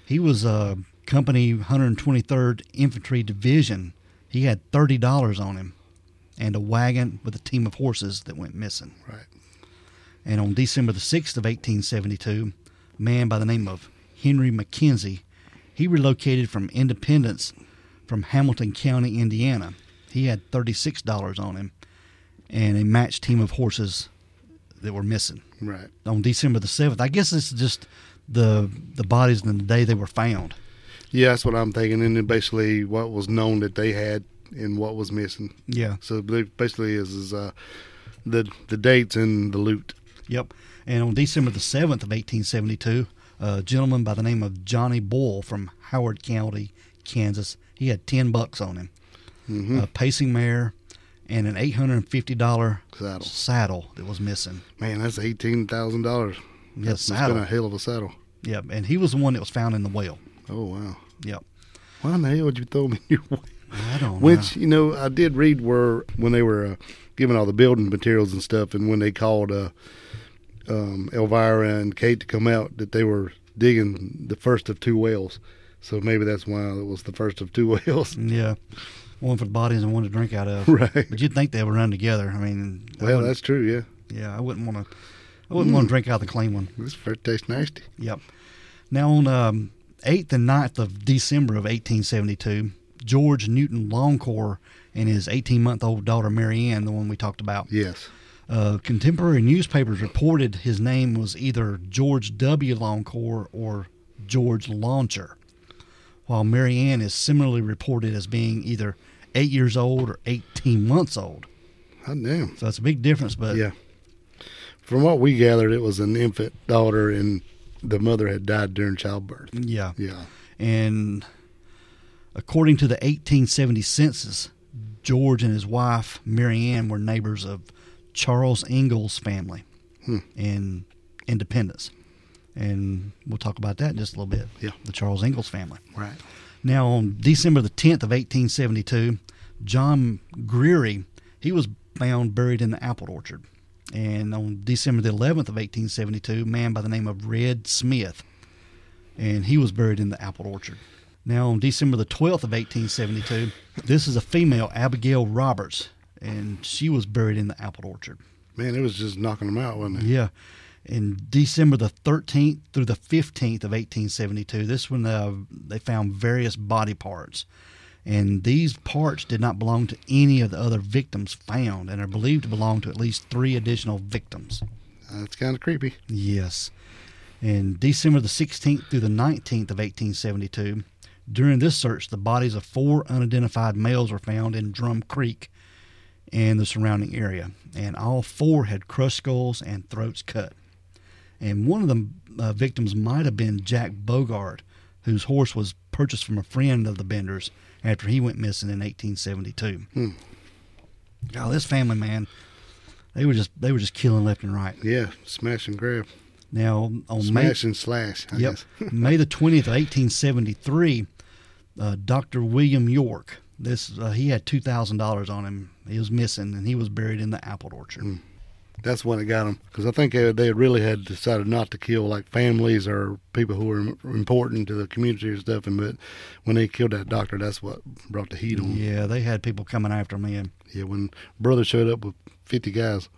[SPEAKER 1] he was uh, Company 123rd Infantry Division. He had $30 on him and a wagon with a team of horses that went missing.
[SPEAKER 2] Right.
[SPEAKER 1] And on December the 6th of 1872, a man by the name of Henry McKenzie, he relocated from Independence from Hamilton County, Indiana. He had $36 on him and a matched team of horses that were missing.
[SPEAKER 2] Right.
[SPEAKER 1] On December the 7th, I guess this is just the the bodies and the day they were found.
[SPEAKER 2] Yeah, that's what I'm thinking. And then basically what was known that they had and what was missing.
[SPEAKER 1] Yeah.
[SPEAKER 2] So they- basically is is uh, the the dates and the loot.
[SPEAKER 1] Yep. And on December the 7th of 1872, a gentleman by the name of Johnny Boyle from Howard County, Kansas, he had 10 bucks on him,
[SPEAKER 2] Mm-hmm.
[SPEAKER 1] a pacing mare, and an $850
[SPEAKER 2] Saddle.
[SPEAKER 1] saddle that was missing.
[SPEAKER 2] Man, that's eighteen thousand dollars.
[SPEAKER 1] Yeah,
[SPEAKER 2] It's
[SPEAKER 1] saddle.
[SPEAKER 2] been a hell of a saddle.
[SPEAKER 1] Yep. And he was the one that was found in the well.
[SPEAKER 2] Oh wow.
[SPEAKER 1] Yep.
[SPEAKER 2] Why in the hell would you throw me your way?
[SPEAKER 1] I don't
[SPEAKER 2] Which you know, I did read where when they were uh, giving all the building materials and stuff, and when they called uh, um, Elvira and Kate to come out, that they were digging the first of two wells. So maybe that's why it was the first of two (laughs) wells.
[SPEAKER 1] know. Yeah. One for the bodies and one to drink out of.
[SPEAKER 2] (laughs) Right.
[SPEAKER 1] But you'd think they would run together. I mean, I
[SPEAKER 2] Well,
[SPEAKER 1] wouldn't-
[SPEAKER 2] that's Mm. true. Yeah,
[SPEAKER 1] yeah, I wouldn't want to. I wouldn't want to drink out of the clean one.
[SPEAKER 2] this first tastes nasty.
[SPEAKER 1] Yep. Now, on um, 8th and 9th of December of 1872, George Newton Longcore and his 18 month old daughter, Marianne, the one we talked about,
[SPEAKER 2] Yes.
[SPEAKER 1] uh, contemporary newspapers reported his name was either George W. Longcore or George Launcher, while Marianne is similarly reported as being either eight years old or 18 months old.
[SPEAKER 2] Hot damn.
[SPEAKER 1] So that's a big difference, but
[SPEAKER 2] Yeah. From what we gathered, it was an infant daughter, and the mother had died during childbirth.
[SPEAKER 1] yeah.
[SPEAKER 2] Yeah.
[SPEAKER 1] And according to the 1870 census, George and his wife, Mary Ann, were neighbors of Charles Ingalls' family in Independence. And we'll talk about that in just a little bit.
[SPEAKER 2] Yeah.
[SPEAKER 1] The Charles Ingalls family.
[SPEAKER 2] Right.
[SPEAKER 1] Now, on December the 10th of 1872, John Greery, he was found buried in the apple orchard. And on December the 11th of 1872, a man by the name of Red Smith, and he was buried in the apple orchard. Now, on December the 12th of 1872, this is a female, Abigail Roberts, and she was buried in the apple orchard.
[SPEAKER 2] Man, it was just knocking them out, wasn't it?
[SPEAKER 1] Yeah. In December the 13th through the 15th of 1872, this one uh, they found various body parts. And these parts did not belong to any of the other victims found and are believed to belong to at least three additional victims.
[SPEAKER 2] Mm-hmm. That's kind of creepy.
[SPEAKER 1] Yes. In December the 16th through the 19th of 1872, during this search, the bodies of four unidentified males were found in Drum Creek and the surrounding area. And all four had crushed skulls and throats cut. And one of the uh, victims might have been Jack Bogart, whose horse was purchased from a friend of the Benders after he went missing in 1872. Oh, this family, man, they were just they were just killing left and right.
[SPEAKER 2] Yeah, smash and grab,
[SPEAKER 1] Now on May
[SPEAKER 2] smash and slash. I
[SPEAKER 1] Yep.
[SPEAKER 2] guess. (laughs)
[SPEAKER 1] May the 20th, 1873, uh, Dr. William York, this uh, he had $2,000 on him. He was missing, and he was buried in the apple orchard.
[SPEAKER 2] Mm-hmm. That's when it got them because I think uh, they had really had decided not to kill like families or people who were im- important to the community and stuff. And but when they killed that doctor, that's what brought the heat on. Yeah,
[SPEAKER 1] Yeah, they had people coming after me. And,
[SPEAKER 2] when brother showed up with fifty guys,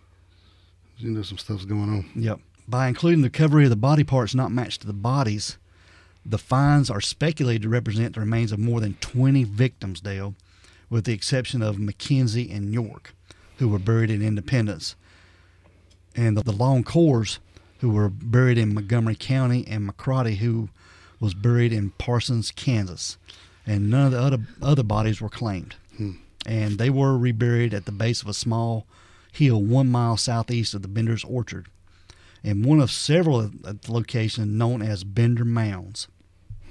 [SPEAKER 2] you know some stuff's going on.
[SPEAKER 1] yep. By including the recovery of the body parts not matched to the bodies, the finds are speculated to represent the remains of more than 20 victims, Dale, with the exception of Mackenzie and York, who were buried in Independence, and the, the Long Corps, who were buried in Montgomery County, and McCrotty, who was buried in Parsons, Kansas. And none of the other, other bodies were claimed. And they were reburied at the base of a small hill one mile southeast of the Bender's Orchard and one of several at the location known as Bender Mounds.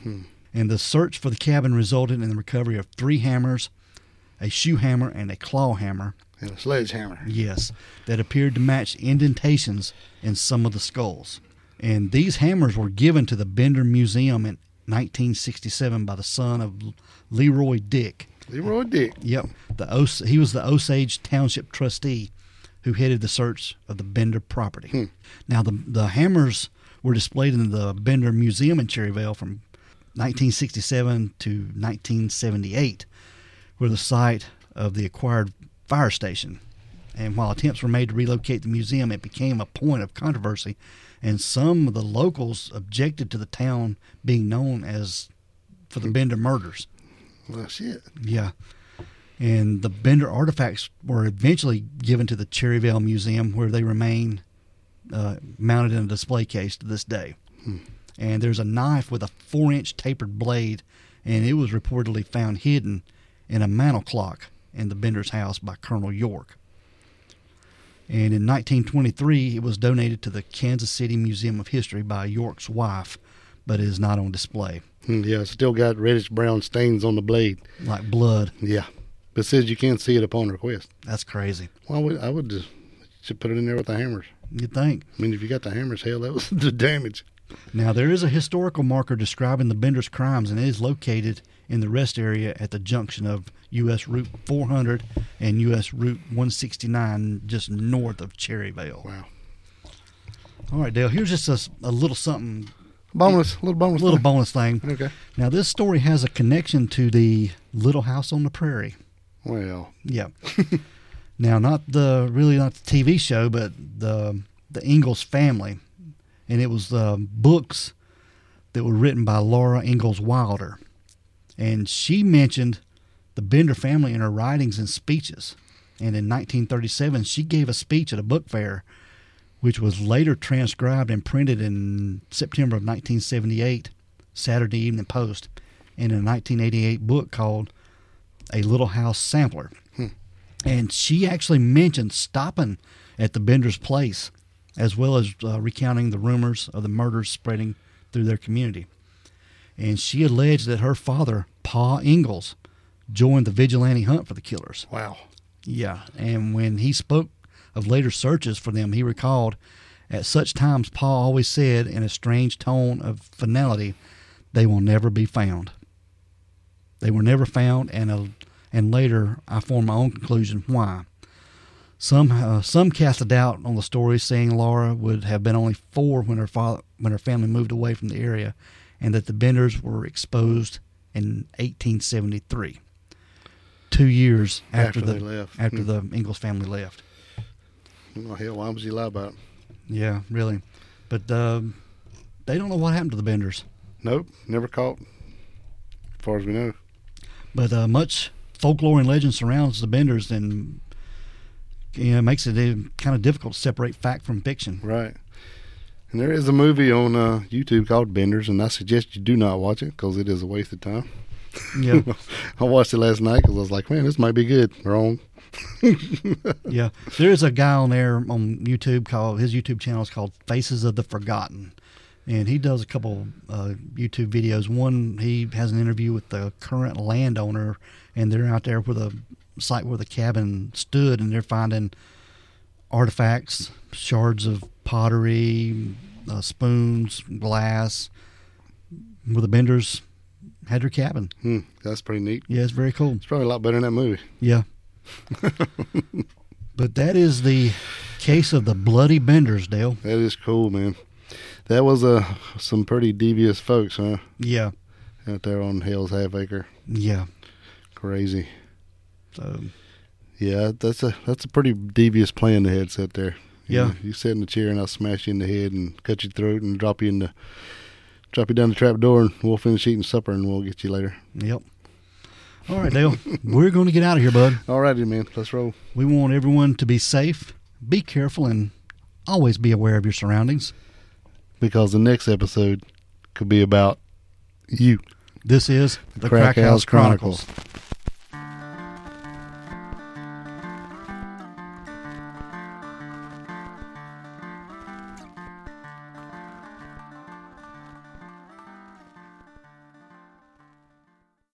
[SPEAKER 1] And the search for the cabin resulted in the recovery of three hammers, a shoe hammer, and a claw hammer.
[SPEAKER 2] And a sledgehammer.
[SPEAKER 1] Yes, that appeared to match indentations in some of the skulls. And these hammers were given to the Bender Museum in 1967 by the son of L- Leroy Dick.
[SPEAKER 2] Leroy Dick.
[SPEAKER 1] Yep, the Os- he was the Osage Township trustee who headed the search of the Bender property. Now the the hammers were displayed in the Bender Museum in Cherryvale from 1967 to 1978, were the site of the acquired fire station. And while attempts were made to relocate the museum, it became a point of controversy, and some of the locals objected to the town being known as for the Bender murders.
[SPEAKER 2] Well, shit.
[SPEAKER 1] Yeah. And the Bender artifacts were eventually given to the Cherryvale Museum, where they remain uh, mounted in a display case to this day. And there's a knife with a four inch tapered blade, and it was reportedly found hidden in a mantel clock in the Bender's house by Colonel York. And in 1923, it was donated to the Kansas City Museum of History by York's wife, but it is not on display,
[SPEAKER 2] Hmm, Yeah, still got reddish brown stains on the blade.
[SPEAKER 1] like blood.
[SPEAKER 2] Yeah, but says you can't see it upon request.
[SPEAKER 1] That's crazy.
[SPEAKER 2] Well, would I would just should put it in there with the hammers.
[SPEAKER 1] You'd think.
[SPEAKER 2] I mean, if you got the hammers, hell, that was (laughs) the damage.
[SPEAKER 1] Now, there is a historical marker describing the Bender's crimes, and it is located in the rest area at the junction of U.S. Route 400 and U.S. Route 169, just north of Cherryvale.
[SPEAKER 2] Wow.
[SPEAKER 1] All right, Dale, here's just a, s- a little something,
[SPEAKER 2] Bonus, little bonus,
[SPEAKER 1] little bonus thing.
[SPEAKER 2] Okay.
[SPEAKER 1] Now, this story has a connection to the Little House on the Prairie.
[SPEAKER 2] Well,
[SPEAKER 1] Yeah. now, not the really not the TV show, but the the Ingalls family, and it was uh, books that were written by Laura Ingalls Wilder, and she mentioned the Bender family in her writings and speeches. And in 1937, she gave a speech at a book fair, which was later transcribed and printed in September of 1978, Saturday Evening Post, in a 1988 book called a Little House sampler. And she actually mentioned stopping at the Bender's place, as well as uh, recounting the rumors of the murders spreading through their community. And she alleged that her father, Pa Ingalls, joined the vigilante hunt for the killers.
[SPEAKER 2] wow.
[SPEAKER 1] Yeah, and when he spoke of later searches for them, he recalled at such times Pa always said in a strange tone of finality, "They will never be found." They were never found, and a, and later I formed my own conclusion why. Some uh, some cast a doubt on the story, saying Laura would have been only four when her father when her family moved away from the area, and that the Benders were exposed in 1873, two years after,
[SPEAKER 2] After
[SPEAKER 1] the
[SPEAKER 2] they left. Hmm.
[SPEAKER 1] after the Ingalls family left.
[SPEAKER 2] Well, hell, why would you lie about it?
[SPEAKER 1] Yeah, really, but um they don't know what happened to the Benders.
[SPEAKER 2] Nope, never caught. As far as we know.
[SPEAKER 1] But uh, much folklore and legend surrounds the Benders, and you know, makes it kind of difficult to separate fact from fiction.
[SPEAKER 2] Right. And there is a movie on uh, YouTube called Benders, and I suggest you do not watch it because it is a waste of time.
[SPEAKER 1] Yeah,
[SPEAKER 2] (laughs) I watched it last night because I was like, man, this might be good. Wrong.
[SPEAKER 1] yeah. There is a guy on there on YouTube called his YouTube channel is called Faces of the Forgotten, and he does a couple uh, YouTube videos. One, he has an interview with the current landowner, and they're out there where the site where the cabin stood, and they're finding artifacts, shards of pottery, uh, spoons, glass, where the Benders had their cabin.
[SPEAKER 2] Hmm, that's pretty neat.
[SPEAKER 1] Yeah, it's very cool.
[SPEAKER 2] It's probably a lot better than that movie.
[SPEAKER 1] Yeah. but that is the case of the bloody Benders, Dale.
[SPEAKER 2] That is cool, man. That was uh, some pretty devious folks, huh?
[SPEAKER 1] Yeah.
[SPEAKER 2] Out there on Hell's Half Acre.
[SPEAKER 1] Yeah.
[SPEAKER 2] Crazy.
[SPEAKER 1] So
[SPEAKER 2] Yeah, that's a that's a pretty devious plan they had set there. You
[SPEAKER 1] Yeah.
[SPEAKER 2] know, you sit in the chair and I'll smash you in the head and cut your throat and drop you in the drop you down the trap door and we'll finish eating supper and we'll get you later.
[SPEAKER 1] Yep. All right, Dale. We're going to get out of here, bud.
[SPEAKER 2] Alrighty, man. Let's roll.
[SPEAKER 1] We want everyone to be safe, be careful, and always be aware of your surroundings.
[SPEAKER 2] Because the next episode could be about you.
[SPEAKER 1] This is the
[SPEAKER 2] Crack
[SPEAKER 1] Crack, House
[SPEAKER 2] House Chronicles.
[SPEAKER 1] Chronicles.